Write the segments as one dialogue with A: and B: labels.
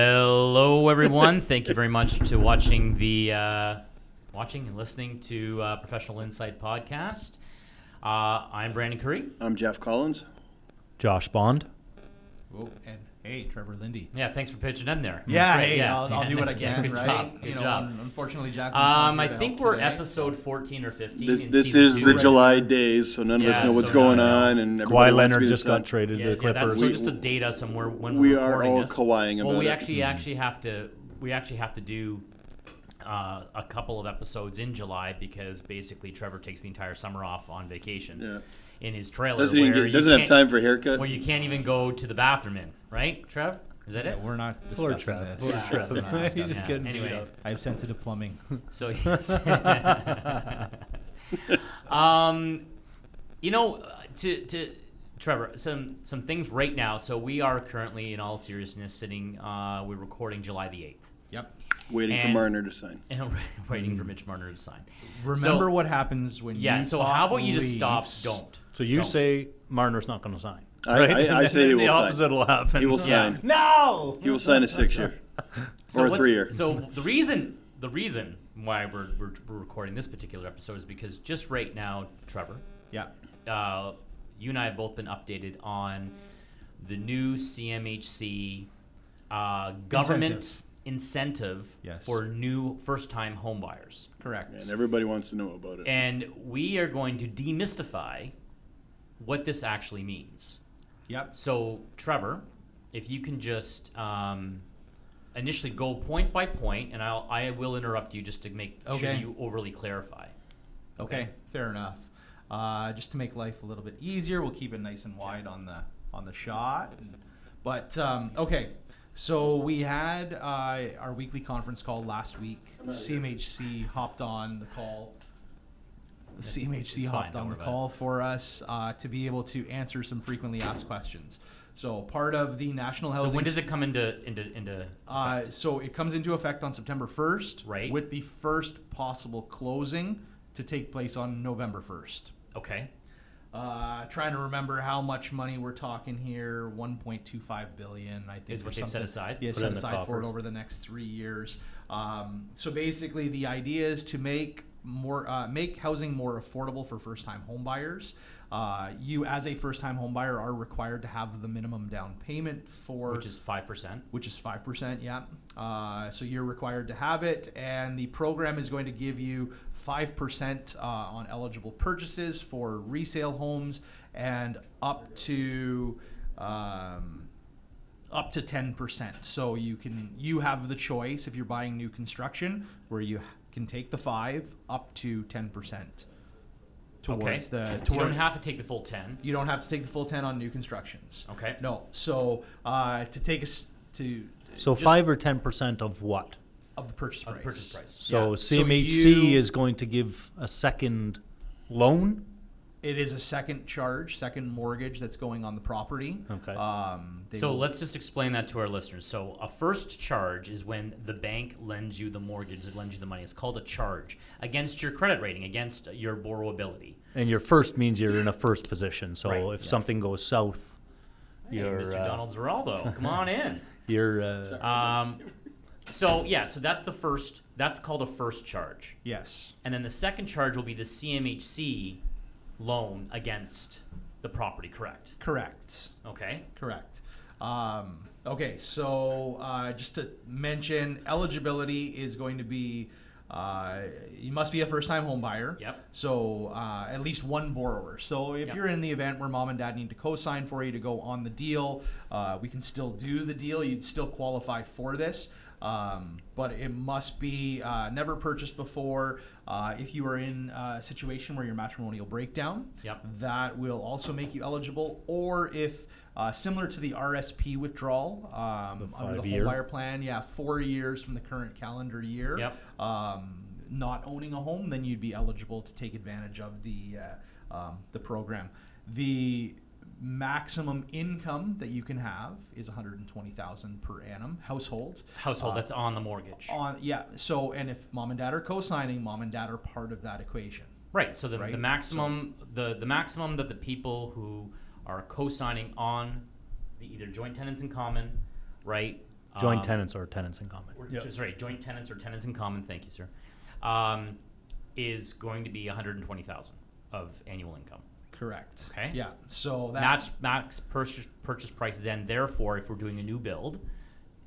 A: Hello, everyone. Thank you very much to watching the uh, watching and listening to uh, Professional Insight podcast. Uh, I'm Brandon Curry.
B: I'm Jeff Collins.
C: Josh Bond.
D: Whoa, and hey, Trevor Lindy.
A: Yeah, thanks for pitching in there.
D: Yeah,
A: Mm, Great,
D: hey, I'll, I'll do what I
A: Yeah,
D: can,
A: good
D: right?
A: Job. Good
D: you know,
A: job.
D: un- Unfortunately, Jack.
A: Um, I think we're episode 14 or 15.
B: This,
A: in
B: this
A: season
B: is
A: two
B: the
A: right
B: July days, so none of
A: Yeah,
B: us know what's
A: so
B: going
A: now-
B: on, and everybody wants to
C: Kawhi Leonard
B: be the
C: just got
B: sun.
C: traded
A: Yeah,
C: to the
A: yeah, that's
C: Clippers.
A: so just to date us and we're, when
B: We
A: we're
B: are
A: recording
B: all
A: this.
B: Kawhi-ing
A: Well,
B: about
A: we
B: it. Mm-hmm.
A: actually actually have to we actually have to do uh, a couple of episodes in July because basically Trevor takes the entire summer off on vacation
B: Yeah.
A: in his trailer.
B: Doesn't even
A: where
B: get,
A: you
B: doesn't have
A: can't-
B: time for a haircut.
A: Where you can't even go to the bathroom in, right, Trev? Is that
D: Yeah,
A: it?
D: we're not
C: Poor
D: discussing
C: Trev.
D: this.
A: Yeah. Trev.
D: We're not discussing
C: He's
A: Yeah.
D: it.
C: getting
A: Anyway.
C: beat up.
D: I have sensitive plumbing.
A: So yes. um, you know, uh, to to Trevor, some some things right now. So we are currently, in all seriousness, sitting. Uh, we're recording July the eighth,
D: Yep.
B: waiting for
A: and-
B: Marner to sign.
A: and we're waiting
C: Mm-hmm.
A: for Mitch Marner to sign.
D: Remember
A: So-
D: what happens when
A: Yeah.
D: you
A: So how
D: talk
A: about you just stop?
D: leaves.
A: Don't.
C: So you
A: Don't.
C: say Marner's not going to sign.
B: I-
C: right?
B: I-
C: And
B: I
C: then
B: say he will
C: the
B: sign.
C: opposite will happen.
B: He will
A: Yeah.
B: sign.
C: No.
B: He will sign a six-year
A: So
B: or a
A: what's-
B: three-year.
A: So the reason the reason why we're, we're, we're recording this particular episode is because just right now, Trevor,
D: Yeah.
A: uh, you and I have both been updated on the new CMHC uh, government incentive,
D: Yes.
A: for new first-time homebuyers,
D: Correct.
B: and everybody wants to know about it.
A: and we are going to demystify what this actually means.
D: Yep.
A: So, Trevor, if you can just um, initially go point by point, and I'll I will interrupt you just to make sure
D: Okay.
A: you overly clarify.
D: Okay, fair enough. Uh, just to make life a little bit easier, we'll keep it nice and wide on the on the shot. But um, okay, so we had uh, our weekly conference call last week. CMHC hopped on the call. CMHC
A: it's fine,
D: hopped
A: don't
D: on the
A: worry about it.
D: call for us uh, to be able to answer some frequently asked questions. So part of the National
A: So,
D: Housing
A: when does it come into into into?
D: uh, so it comes into effect on September 1st,
A: Right.
D: With the first possible closing to take place on November 1st.
A: okay.
D: Uh, trying to remember how much money we're talking here. 1.25 billion, I think,
A: Is
D: or
A: what they've set
D: something.
A: aside?
D: Yeah,
C: Put
D: set
C: in the
D: aside for it
C: coffers.
D: over the next three years. Um, so basically, the idea is to make more, uh, make housing more affordable for first-time homebuyers. Uh, you, as a first-time homebuyer, are required to have the minimum down payment for
A: Which is five percent.
D: which is 5%, yeah. Uh, so you're required to have it, and the program is going to give you 5% uh, on eligible purchases for resale homes and up to. Um, up to 10%. So you can you have the choice if you're buying new construction where you can take the 5 up to 10% towards
A: Okay.
D: the towards
A: So you don't have to take the full ten.
D: you don't have to take the full 10 on new constructions.
A: Okay.
D: No. So uh, to take us to
C: So
D: just
C: five or ten percent of what?
D: of the purchase
A: Of
D: price.
A: the purchase price.
C: So
D: Yeah. So
C: CMHC
D: you-
C: is going to give a second loan.
D: It is a second charge, second mortgage that's going on the property.
C: Okay.
D: Um, they
A: So
D: will-
A: let's just explain that to our listeners. So a first charge is when the bank lends you the mortgage, it lends you the money. It's called a charge against your credit rating, against your borrowability.
C: And your first means you're in a first position. So
A: Right,
C: if
A: yeah.
C: something goes south,
A: Hey,
C: you're
A: Mr.
C: uh,
A: Donald Geraldo, come on in.
C: You're uh,
A: Um, so yeah, so that's the first. That's called a first charge,
D: yes,
A: and then the second charge will be the CMHC loan against the property. Correct.
D: correct,
A: Okay.
D: correct. Um, okay, so uh, just to mention, eligibility is going to be uh, you must be a first-time home buyer.
A: Yep.
D: So uh, at least one borrower. So if
A: Yep.
D: you're in the event where mom and dad need to co-sign for you to go on the deal, uh, we can still do the deal. You'd still qualify for this. Um, but it must be uh, never purchased before. Uh, if you are in a situation where your matrimonial breakdown,
A: Yep.
D: that will also make you eligible. Or if uh, similar to the RSP withdrawal um,
C: The
D: under the
C: five-year.
D: home buyer plan, yeah, four years from the current calendar year
A: Yep.
D: um, not owning a home, then you'd be eligible to take advantage of the uh, um, the program. The maximum income that you can have is 120,000 per annum household.
A: Household
D: Uh,
A: that's on the mortgage.
D: on yeah. So and if mom and dad are co-signing, mom and dad are part of that equation.
A: Right. So the, the
D: Right?
A: maximum the, the maximum that the people who are co-signing on the either joint tenants in common, right,
C: Joint
A: Um,
C: tenants or tenants in common.
A: or-
E: Yep.
A: Sorry, joint tenants or tenants in common, thank you, sir, um, is going to be 120000 of annual income.
D: Correct.
A: Okay.
D: Yeah. So that
A: Max, max purchase, purchase price then, therefore, if we're doing a new build,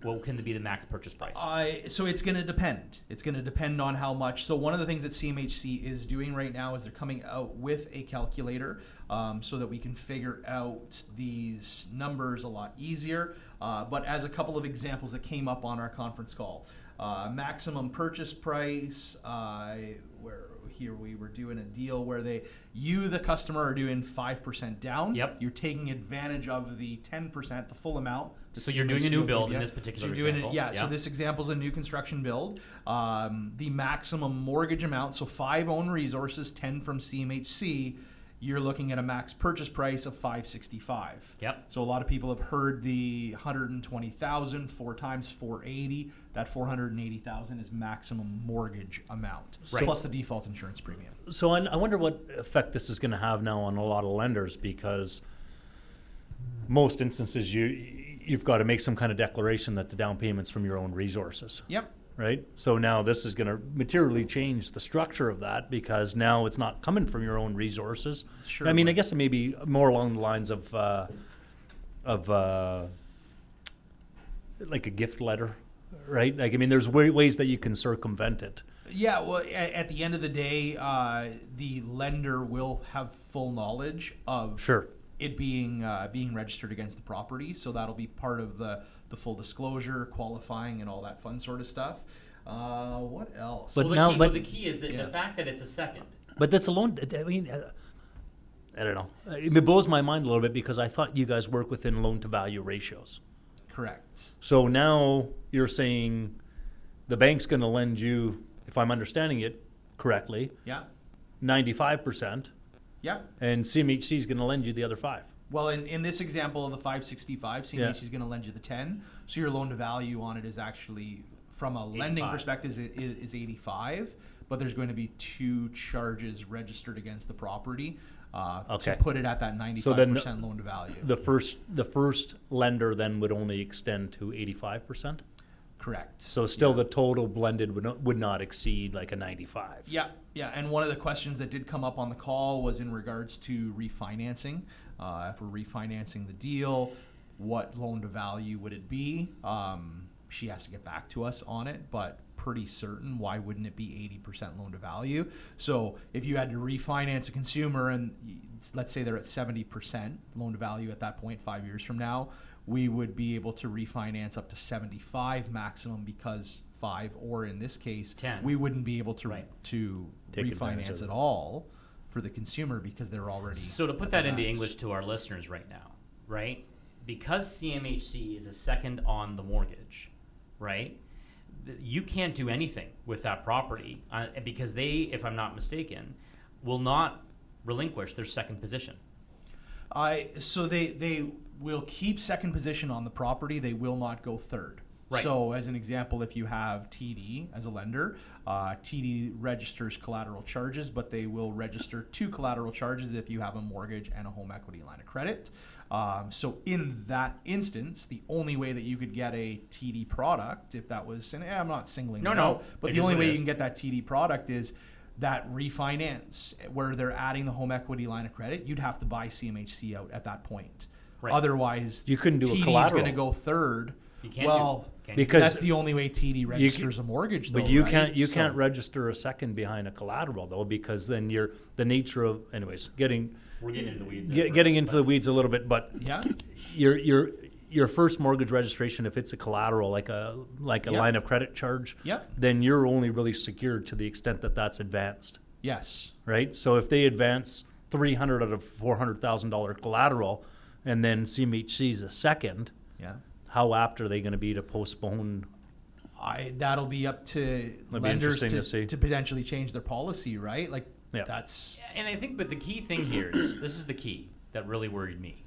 A: what can be the max purchase price?
D: I so it's going to depend. It's going to depend on how much. So one of the things that CMHC is doing right now is they're coming out with a calculator um, so that we can figure out these numbers a lot easier. Uh, but as a couple of examples that came up on our conference call, uh, maximum purchase price. Uh, where here we were doing a deal where they you the customer are doing five percent down.
A: Yep.
D: You're taking advantage of the ten percent, the full amount. that
A: So you're doing a new
D: CMHC
A: build in
D: yeah.
A: this particular
D: you're doing it-
A: example.
D: yeah, So
A: Yeah.
D: this example is a new construction build. Um, the maximum mortgage amount, so five own resources, ten from CMHC. You're looking at a max purchase price of five sixty five.
A: Yep.
D: So a lot of people have heard the 120,000 four times 480. That 480,000 is maximum mortgage amount
A: Right.
D: plus the default insurance premium.
C: So I, I wonder what effect this is going to have now on a lot of lenders because most instances you you've got to make some kind of declaration that the down payments from your own resources,
D: Yep.
C: right? So now this is going to materially change the structure of that because now it's not coming from your own resources.
D: Sure
C: I mean, I
D: would.
C: guess it may be more along the lines of uh, of uh, like a gift letter, right? Like I mean, there's wa- ways that you can circumvent it.
D: Yeah, well, at, at the end of the day, uh, the lender will have full knowledge of
C: Sure.
D: it being uh, being registered against the property, so that'll be part of the the full disclosure, qualifying, and all that fun sort of stuff. Uh, what else?
C: But
A: well, the
C: now-
A: key,
C: but-
A: well, the key is that
D: Yeah.
A: the fact that it's a second.
C: But that's a loan. I mean, uh, I don't know. It blows my mind a little bit because I thought you guys work within loan to value ratios.
D: Correct.
C: So now you're saying the bank's going to lend you, if I'm understanding it correctly,
D: Yeah.
C: 95%,
D: Yeah.
C: and CMHC is going to lend you the other five.
D: Well, in, in this example of the 565, CMHC is going to lend you the 10. So your loan to value on it is actually, from a lending
A: 85.
D: perspective, is, is 85. But there's going to be two charges registered against the property uh,
C: Okay.
D: to put it at that 95%
C: then the-
D: loan to value.
C: The first, the first lender then would only extend to 85%.
D: Correct.
C: So still the total blended would not, would not exceed like a 95.
D: Yeah, yeah. And one of the questions that did come up on the call was in regards to refinancing. Uh, if we're refinancing the deal, what loan to value would it be? Um, she has to get back to us on it, but pretty certain why wouldn't it be 80% loan to value? So if you had to refinance a consumer and y- let's say they're at 70% loan to value at that point five years from now, we would be able to refinance up to 75 maximum because five or in this case
A: 10.
D: we wouldn't be able to
A: Right.
D: to
C: Take advantage of
D: refinance
C: it.
D: at all for the consumer because they're already
A: So to put that into
D: max.
A: English to our listeners right now, right? Because CMHC is a second on the mortgage, right? th- You can't do anything with that property uh, because they, if I'm not mistaken, will not relinquish their second position.
D: I so they they will keep second position on the property. They will not go third.
A: Right.
D: So as an example, if you have TD as a lender, uh, TD registers collateral charges, but they will register two collateral charges if you have a mortgage and a home equity line of credit. Um, so in that instance, the only way that you could get a TD product, if that was, and eh, I'm not singling
A: No,
D: it
A: no.
D: out, but
A: It
D: the
A: is
D: only
A: what it
D: way you
A: is.
D: can get that TD product is that refinance where they're adding the home equity line of credit. You'd have to buy CMHC out at that point.
A: Right.
D: Otherwise,
C: You couldn't do a
D: TD
C: collateral.
D: going to go third.
A: You can't. do-
D: well,
A: can't do-
C: because-
D: that's the only way TD registers a mortgage. Though,
C: But you
D: right?
C: can't you
D: So-
C: can't register a second behind a collateral though because then you're the nature of anyways getting
A: we're getting into the weeds.
C: get, getting into the weeds a little bit but
D: yeah,
C: your your your first mortgage registration if it's a collateral like a like a
D: Yep.
C: line of credit charge
D: Yep.
C: then you're only really secured to the extent that that's advanced
D: yes,
C: right so if they advance 300 out of $400,000 collateral and then CMHC is a second
D: yeah.
C: how apt are they going to be to postpone
D: I that'll be up to
C: be
D: lenders
C: interesting
D: to,
C: to see.
D: to potentially change their policy, right? Like
C: Yeah.
D: that's
A: And I think, but the key thing here is this is the key that really worried me.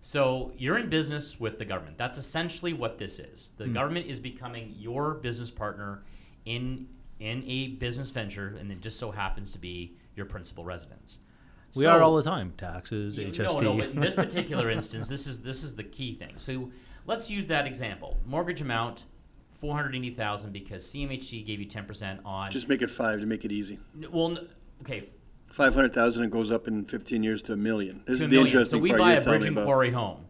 A: So you're in business with the government. That's essentially what this is.
C: Hmm.
A: The government is becoming your business partner in in a business venture, and it just so happens to be your principal residence.
C: we
A: So-
C: are all the time taxes
A: yeah,
C: HST
A: No, no, but in this particular instance, this is this is the key thing. So Let's use that example. Mortgage amount, four hundred eighty thousand, because CMHC gave you ten percent on.
B: Just make it five to make it easy.
A: N- well, n- okay, f-
B: Five hundred thousand, it goes up in fifteen years to a million. This
A: to a
B: is the
A: million. So
B: interesting
A: we
B: part
A: buy
B: you're
A: a
B: telling me
A: Bridging
B: about.
A: Quarry home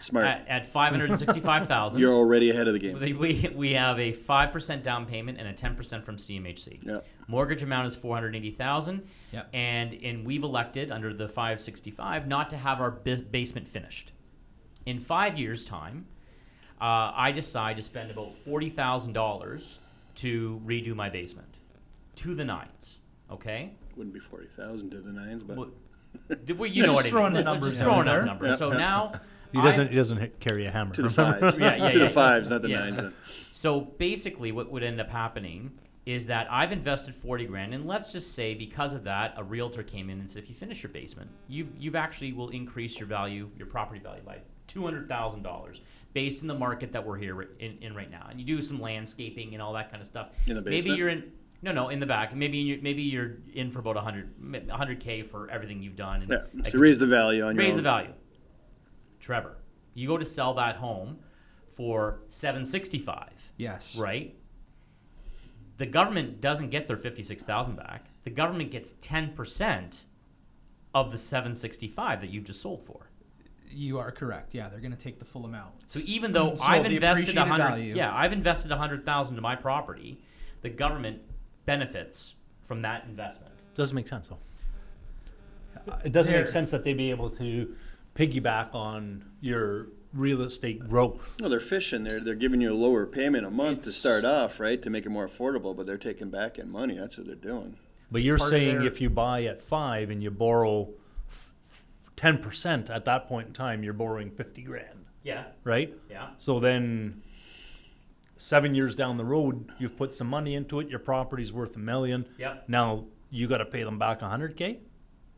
B: Smart.
A: at, at five hundred sixty-five thousand.
B: you're already ahead of the game.
A: They- We, we have a 5% down payment and a 10% from CMHC.
B: Yep.
A: Mortgage amount is 480,000.
D: Yep.
A: And and we've elected under the 565 not to have our bas- basement finished. In 5 years time, uh, I decide to spend about $40,000 to redo my basement to the nines, okay?
B: Wouldn't be forty thousand to the nines, but
A: Well, did we- you know
D: Just
A: what I mean.
D: throwing the
A: Let's
D: numbers
A: Just throwing
D: down
A: up
D: there.
A: numbers.
B: Yeah,
A: so
B: yeah.
A: now
C: He doesn't.
A: I-
C: he doesn't hit, carry a hammer.
B: to the
C: remember?
B: fives.
A: Yeah, yeah,
B: to
A: yeah,
B: the
A: yeah.
B: fives, not the
A: Yeah.
B: nines. Then.
A: So basically, what would end up happening is that I've invested forty grand, and let's just say because of that, a realtor came in and said, if you finish your basement, you've you've actually will increase your value, your property value by two hundred thousand dollars, based in the market that we're here in, in right now. And you do some landscaping and all that kind of stuff.
B: In the
A: Maybe
B: basement?
A: you're in. No, no, in the back. Maybe you're, maybe you're in for about 100, 100K for everything you've done. And
B: Yeah.
A: like
B: So raise the value on your
A: raise
B: own.
A: the value. Trevor, you go to sell that home for 765
D: Yes.
A: right? The government doesn't get their fifty-six thousand back. The government gets ten percent of the seven sixty-five that you've just sold for.
D: You are correct. Yeah, they're going to take the full amount.
A: So e- even though
D: So
A: I've
D: the
A: invested a
D: appreciated
A: hundred,
D: value.
A: yeah, I've invested a hundred thousand to my property, the government benefits from that investment.
C: Doesn't make sense though. It doesn't
D: There.
C: make sense that they'd be able to piggyback on your real estate growth.
B: No, they're fishing. They're they're giving you a lower payment a month to start off, right, to make it more affordable. But they're taking back in money. That's what they're doing.
C: But you're
D: Part of
C: saying
D: their-
C: if you buy at five and you borrow ten percent at that point in time, you're borrowing fifty grand,
A: Yeah,
C: right?
A: yeah.
C: So then, seven years down the road, you've put some money into it. Your property's worth a million.
A: Yep.
C: Now you got to pay them back a hundred k,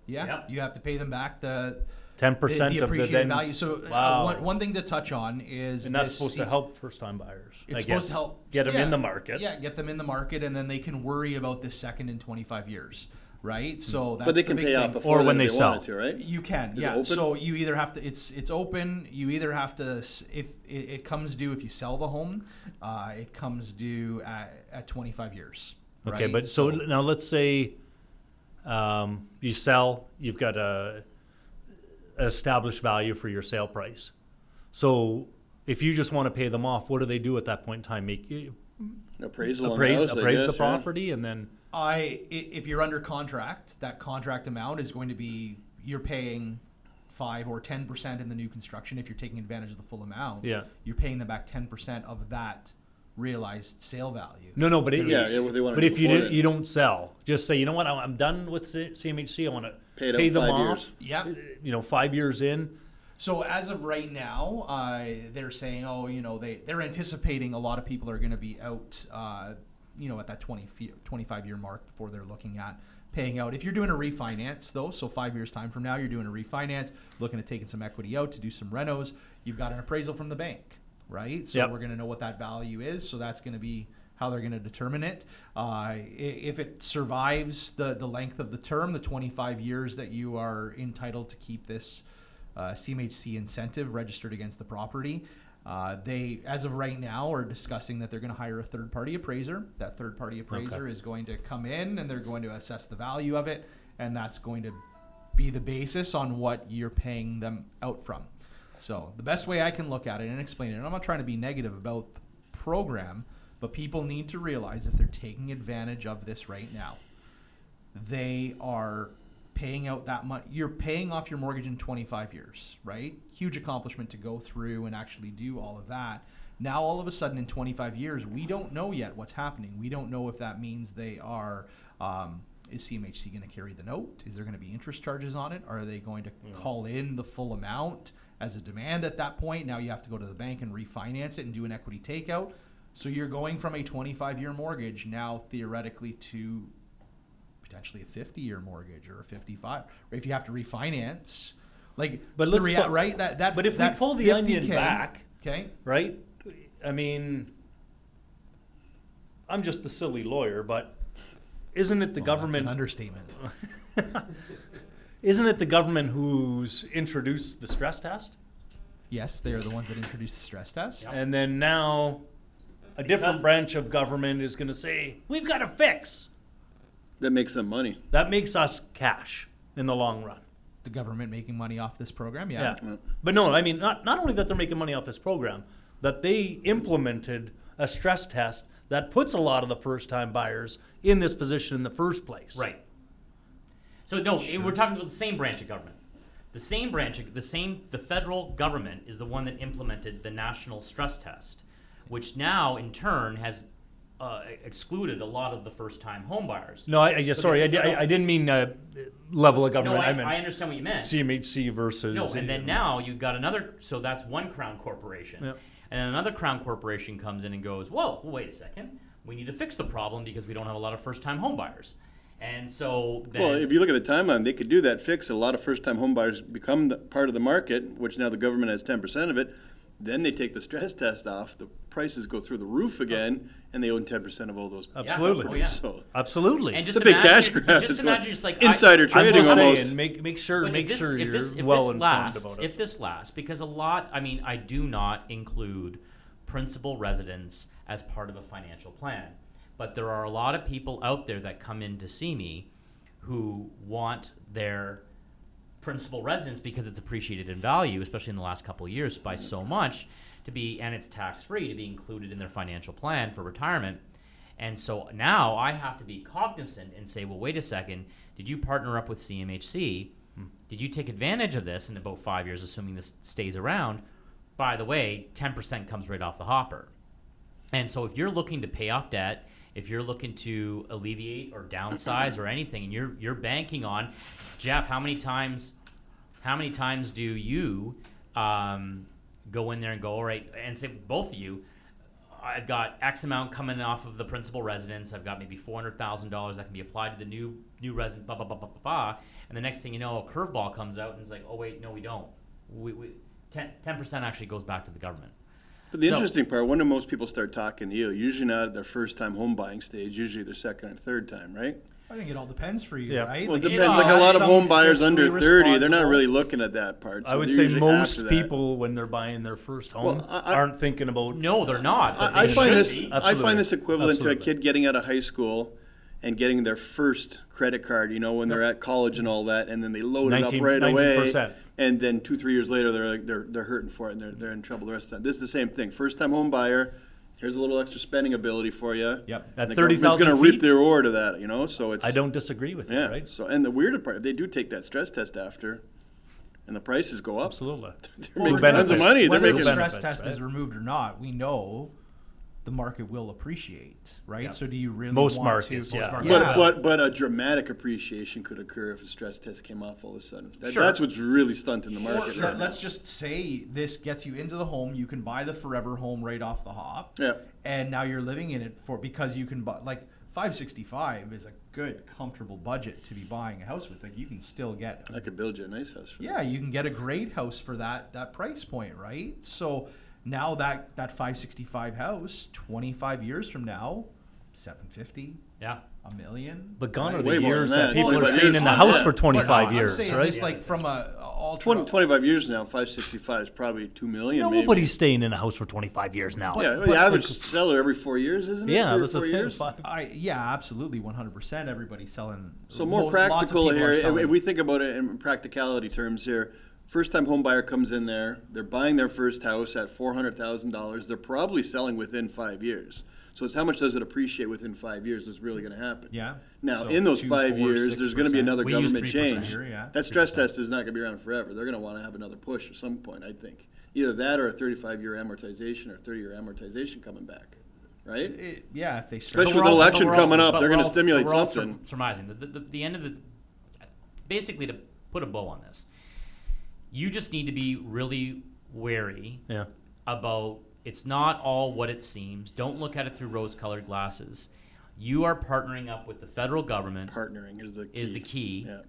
D: Yeah,
A: Yep.
D: you have to pay them back the
C: ten
D: the,
C: percent
D: the
C: of the
D: appreciated
C: then.
D: value. So uh,
C: wow.
D: one, one thing to touch on is
C: and that's
D: this
C: supposed to
D: C-
C: help first-time buyers.
D: It's
C: I
D: supposed
C: guess.
D: to help
C: get them
D: yeah,
C: in the market.
D: Yeah, get them in the market, and then they can worry about this second in twenty five years,
C: Hmm.
D: right? So that's
B: but they
D: the
B: can
D: big
B: pay
D: thing.
B: off before
C: Or
B: then
C: when
B: if
C: they
B: wanted to,
C: sell.
B: right?
D: You can,
B: it
D: yeah.
B: open?
D: So you either have to, it's it's open. You either have to, s- if it, it comes due if you sell the home, uh, it comes due at, at 25 years.
C: Okay,
D: right?
C: but so, now let's say um, you sell, you've got a an established value for your sale price. So if you just want to pay them off, what do they do at that point in time? Make
B: Appraisal. on the
C: appraise
B: house, I
C: appraise the
B: guess, yeah.
C: property and then
D: I, i- if you're under contract, that contract amount is going to be you're paying five or 10 percent in the new construction. If you're taking advantage of the full amount,
C: Yeah.
D: you're paying them back 10 percent of that realized sale value.
C: no, no, but it,
B: Yeah, yeah, what they wanna
C: but
B: do
C: if you
B: before
C: do,
B: then.
C: you don't sell, just say you know what I- I'm done with C- CMHC. I want to
B: Pay it out
C: pay
B: in
C: them
B: five
C: off.
D: Yeah.
C: You know, five years in,
D: So as of right now, uh, they're saying, oh, you know, they they're anticipating a lot of people are going to be out, uh, you know, at that 20, fe- 25 year mark before they're looking at paying out. If you're doing a refinance though, so five years time from now, you're doing a refinance, looking at taking some equity out to do some renos. You've got an appraisal from the bank, right? So
C: Yep.
D: we're going to know what that value is. So that's going to be how they're going to determine it. Uh, i- if it survives the, the length of the term, the 25 years that you are entitled to keep this uh, CMHC incentive registered against the property. Uh, they, as of right now, are discussing that they're going to hire a third party appraiser. That third party appraiser is going to come in and they're going to assess the value of it, and that's going to be the basis on what you're paying them out from. So, the best way I can look at it and explain it, and I'm not trying to be negative about the program, but people need to realize if they're taking advantage of this right now, they are paying out that much. You're paying off your mortgage in 25 years, right? Huge accomplishment to go through and actually do all of that. Now, all of a sudden, in 25 years, we don't know yet what's happening. We don't know if that means they are. Um, is CMHC going to carry the note? Is there going to be interest charges on it? Are they going to call in the full amount as a demand at that point? Now you have to go to the bank and refinance it and do an equity takeout. So you're going from a 25 year mortgage now theoretically to potentially a 50 year mortgage or a 55 or if you have to refinance like
C: But
D: the
C: let's
D: rea-
C: pull-
D: right that that
C: but if we
D: that
C: pull the onion
D: 50K
C: back-
D: okay Oh,
C: right? I mean, I'm just the silly lawyer, but isn't it the
D: Well, Oh, that's
C: government
D: an understatement
C: Isn't it the government who's introduced the stress test?
D: Yes, they are the ones that introduced the stress test.
A: Yep.
C: And then now a different branch of government is going to say, we've got to fix.
B: That makes them money.
C: That makes us cash in the long run.
D: The government making money off this program. Yeah.
C: Yeah. But no, I mean, not, not only that they're making money off this program, that they implemented a stress test that puts a lot of the first time buyers in this position in the first place.
A: Right. So no, it- we're talking about the same branch of government. The same branch, of- the same, the federal government is the one that implemented the national stress test, which now in turn has uh, excluded a lot of the first-time homebuyers.
C: No, I, I just, sorry, I, di- I, I didn't mean uh, level of
A: no,
C: government.
A: I,
C: I, meant
A: I understand what you meant.
C: CMHC versus.
A: No, and then now you've got another. So that's one crown corporation,
C: Yep.
A: and then another crown corporation comes in and goes, "Whoa, wait a second, we need to fix the problem because we don't have a lot of first-time homebuyers." And so then,
B: Well, if you look at the timeline, they could do that fix. A lot of first-time homebuyers become the, part of the market, which now the government has 10% of it. Then they take the stress test off. The prices go through the roof again, and they own 10% of all those.
C: Absolutely.
A: Oh, yeah.
B: So
C: Absolutely.
A: and
B: it's
A: just
B: a big
A: imagine,
B: cash grab.
A: Just imagine, just like I-
B: insider
C: I'm
B: trading
C: just
B: almost.
C: saying, make, make sure,
A: but
C: make
A: if this,
C: sure
A: if
C: you're
A: this, if
C: well
A: this
C: informed
A: lasts,
C: about it.
A: If this lasts, because a lot, I mean, I do not include principal residence as part of a financial plan, but there are a lot of people out there that come in to see me who want their principal residence because it's appreciated in value, especially in the last couple of years by so much, to be and it's tax free to be included in their financial plan for retirement. And so now I have to be cognizant and say, well, wait a second, did you partner up with CMHC? Did you take advantage of this in about five years, assuming this stays around? By the way, 10% comes right off the hopper. And so if you're looking to pay off debt, if you're looking to alleviate or downsize or anything, and you're you're banking on, Jeff, how many times, how many times do you um, go in there and go, all right, and say both of you, I've got X amount coming off of the principal residence. I've got maybe four hundred thousand dollars that can be applied to the new new resident. Blah blah blah blah blah blah. And the next thing you know, a curveball comes out and it's like, oh wait, no, we don't. We, we 10 percent actually goes back to the government.
B: But the
A: So-
B: interesting part, when do most people start talking to you? Usually not at their first time home buying stage, usually their second or third time, right?
D: I think it all depends for you,
C: Yeah.
D: right?
B: Well, it
D: Like,
B: depends.
D: if
B: Like a
D: you
B: lot of
D: have
B: home
D: some
B: buyers under 30,
D: fiscally
B: they're not
D: responsible-
B: really looking at that part. So
C: I would
B: they're
C: say
B: usually after
C: most
B: that.
C: people, when they're buying their first home,
B: Well, I- I-
C: aren't thinking about.
A: No, they're not. But
B: I, I
A: they
B: find
A: should
B: this.
A: be.
B: I find this
C: Absolutely.
B: equivalent to a
C: Absolutely.
B: kid getting out of high school and getting their first credit card. You know, when they're at college and all that, and then they load it
C: 19
B: up right away.
C: 19%.
B: And then two, three years later, they're like, they're they're hurting for it, and they're they're in trouble the rest of the time. This is the same thing. First time home buyer. Here's a little extra spending ability for you.
D: Yep.
B: And
C: At
B: the government's
C: 30,000
B: gonna reap
C: feet?
B: their reward of that. You know, so it's
C: I don't disagree with
B: Yeah.
C: you, right?
B: So and the weirder part, if they do take that stress test after, and the prices go up.
C: Absolutely.
B: They're making tons
C: Well,
B: of
C: benefits.
B: money. They're
D: Whether
B: making
D: the stress
C: Benefits,
D: test
C: right?
D: is removed or not, we know the market will appreciate, right?
A: Yeah.
D: So do you really
C: Most
D: want
C: markets,
D: to?
C: yeah.
A: markets.
B: But,
D: Yeah.
B: but but a dramatic appreciation could occur if a stress test came off all of a sudden. That,
A: Sure.
B: That's what's really stunting the
D: Or
B: market.
D: let-
B: right
D: let's
B: now.
D: just say this gets you into the home. You can buy the forever home right off the hop.
B: Yeah.
D: And now you're living in it for because you can buy like 565 is a good comfortable budget to be buying a house with. Like you can still get
B: I could build you a nice house. For
D: Yeah, you can get a great house for that that price point, right? So now that that 565 house 25 years from now 750
A: Yeah.
D: a million
C: But gone are the
B: Way more
C: years
B: than
C: that
B: that.
C: people
B: Well,
C: are
B: but
C: staying
B: years
C: in the
B: on
C: house
B: that.
C: for
B: But
D: But
C: 25
D: no, I'm
C: years,
D: saying
C: right?
D: this like from a ultra
B: 20, 25 years now, 565 is probably 2 million.
C: Nobody's staying in a house for 25 years now.
B: Maybe. Yeah, the average seller every four years, isn't it?
C: Yeah,
B: Three or
C: that's the
B: four
C: thing.
B: years.
C: Five-
D: I yeah, absolutely 100% everybody's selling
B: So more
D: lo- lots of
B: practical
D: people are
B: here. If,
D: selling.
B: if we think about it in practicality terms here, first time home buyer comes in there, they're buying their first house at four hundred thousand dollars. They're probably selling within five years. So it's how much does it appreciate within five years is really going to happen.
D: Yeah.
B: Now
D: So
B: in those
D: two,
B: five
D: four,
B: years, there's going to be
D: 6%.
B: another
A: We use
B: government
A: 3%
B: change.
D: here, yeah.
B: That stress test is not going to be around forever. They're going to want to have another push at some point, I think. Either that or a 35 year amortization or 30 year amortization coming back, right?
D: It- yeah, if they
A: But
B: Especially with
A: we're
B: the
A: all-
B: election
A: but we're
B: coming
A: all-
B: up,
A: but
B: they're
A: we're
B: gonna
A: all-
B: stimulate
A: but we're all sur-
B: something.
A: surmising the, the, the end of the, basically to put a bow on this, you just need to be really wary
C: Yeah.
A: about it's not all what it seems. Don't look at it through rose-colored glasses. You are partnering up with the federal government,
B: Partnering is the key.
A: Is the key.
B: Yeah.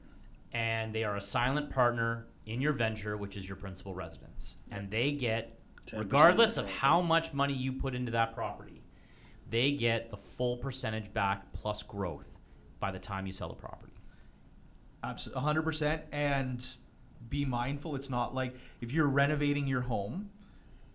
A: and they are a silent partner in your venture, which is your principal residence, and they get,
B: 10%
A: regardless
B: of
A: of
B: the
A: how much money you put into that property, they get the full percentage back plus growth by the time you sell the property.
D: Absolutely, 100%. And be mindful. It's not like if you're renovating your home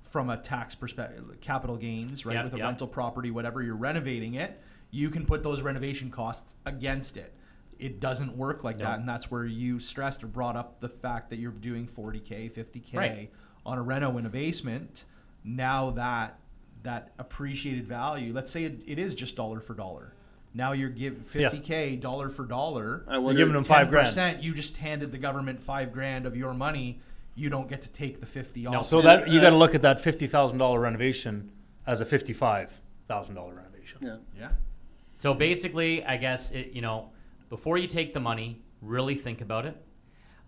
D: from a tax perspective, capital gains, right?
A: Yep,
D: With a
A: yep.
D: rental property, whatever, you're renovating it, you can put those renovation costs against it. It doesn't work like
A: No.
D: that. And that's where you stressed or brought up the fact that you're doing 40K, 50K
A: Right.
D: on a reno in a basement. Now that that appreciated value, let's say it, it is just dollar for dollar. Now you're giving 50K dollar for dollar
B: I
C: You're
B: wonder.
C: giving them five grand.
D: Uh, percent. You just handed the government five grand of your money. You don't get to take the fifty off.
C: So that you got to look at that fifty thousand dollar renovation as a fifty-five thousand dollar renovation.
B: Yeah.
D: yeah,
A: So basically, I guess it, you know, before you take the money, really think about it,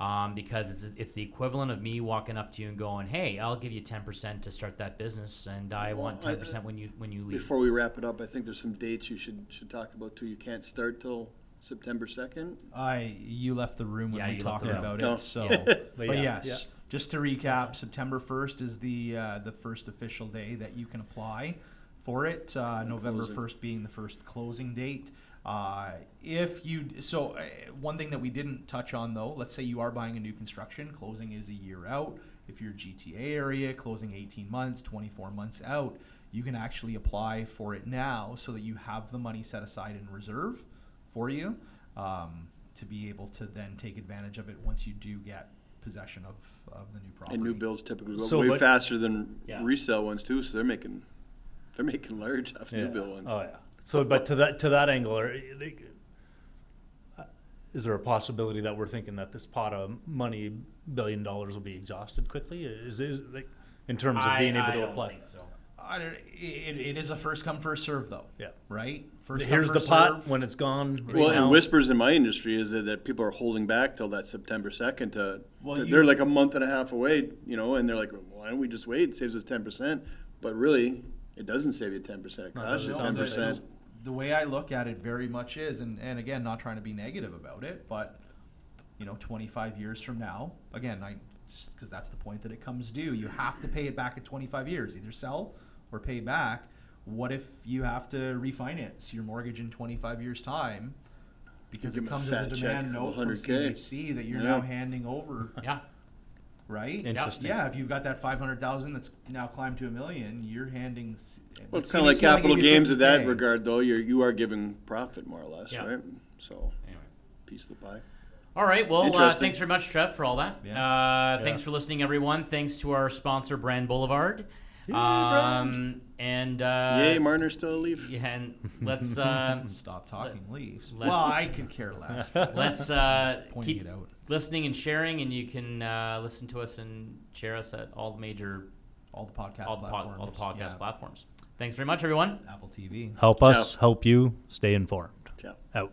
A: um, because it's it's the equivalent of me walking up to you and going, "Hey, I'll give you ten percent to start that business, and I want
B: Well, I-
A: ten percent when you when you leave."
B: Before we wrap it up, I think there's some dates you should should talk about too. You can't start till September second.
D: I you left the room when
A: Yeah,
D: we
A: you left
D: talked
A: the room.
D: about
B: No.
D: it. So,
A: Yeah.
D: but,
C: But yeah,
D: yes,
C: yeah.
D: just to recap, September first is the uh, the first official day that you can apply for it. Uh, November
B: closing.
D: first being the first closing date. Uh, if you so uh, one thing that we didn't touch on though, let's say you are buying a new construction, closing is a year out. If you're GTA area, closing 18 months, 24 months out, you can actually apply for it now so that you have the money set aside in reserve for you um, to be able to then take advantage of it once you do get possession of, of the new property.
B: And new builds typically go
C: So
B: way
C: what-
B: faster than
A: Yeah.
B: resale ones too. So they're making they're making large off new
C: Yeah.
B: build ones.
C: Oh yeah. So, but to that to that angle, are, like, uh, is there a possibility that we're thinking that this pot of money, billion dollars, will be exhausted quickly? Is, is like in terms of
A: I-
C: being able
A: I
C: to
A: don't
C: apply?
A: think so.
D: I don't- it, it is a first come, first serve though.
C: Yeah.
D: Right? First come,
C: Here's the
D: first
C: pot
D: serve.
C: when it's gone. right
B: Well,
C: now.
B: and whispers in my industry is that, that people are holding back till that September second to.
D: Well,
B: to-
D: you-
B: they're like a month and a half away, you know, and they're like, why don't we just wait? It saves us ten percent, but really, it doesn't save you ten percent. It
C: No, it
B: costs you
C: doesn't.
B: ten
C: Sounds like it
B: percent.
C: does.
D: The way I look at it very much is, and, and again, not trying to be negative about it, but you know, 25 years from now, again, I because that's the point that it comes due. You have to pay it back at 25 years, either sell or pay back. What if you have to refinance your mortgage in 25 years time because
B: Give
D: it
B: 'em a
D: comes as a
B: fat check
D: demand
B: of
D: note from
B: 100K.
D: CHC that you're
B: Yeah.
D: now handing over,
A: Yeah,
D: right?
C: Interesting.
D: Yeah, if you've got that 500,000 that's now climbed to a million, you're handing. s-
B: Well, it's
D: CHC
B: kind of like
D: only
B: capital
D: gave you
B: games in that
D: 50K.
B: regard, though. You're you are giving profit more or less,
A: Yeah.
B: right? So
A: anyway.
B: piece of the pie.
A: All right. Well, uh,
B: Interesting.
A: thanks very much, Trev, for all that.
D: Yeah.
A: Uh,
C: Yeah.
A: Thanks for listening, everyone. Thanks to our sponsor, Brand Boulevard. um, and uh,
B: Yay, Marner's still a leaf.
A: yeah, and let's uh,
D: Stop talking leaves.
A: let's-
D: Well, I could care less. but
A: let's uh,
D: Just pointing
A: keep
D: it out.
A: listening and sharing, and you can uh, listen to us and share us at all the major
D: all the podcast
A: all the, pod,
D: platforms.
A: all the podcast
D: yeah,
A: platforms. Thanks very much, everyone.
D: Apple TV.
C: Help us,
B: Ciao.
C: help you, stay informed.
B: Ciao.
C: Out.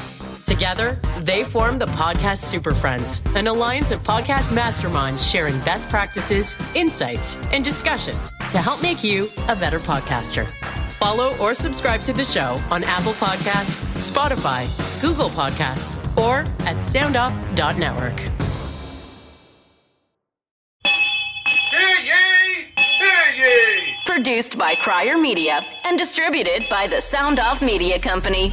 F: Together, they form the Podcast Super Friends, an alliance of podcast masterminds sharing best practices, insights, and discussions to help make you a better podcaster. Follow or subscribe to the show on Apple Podcasts, Spotify, Google Podcasts, or at soundoff.network.
G: Hear ye! Hear ye! Produced by Crier Media and distributed by the Sound Off Media Company.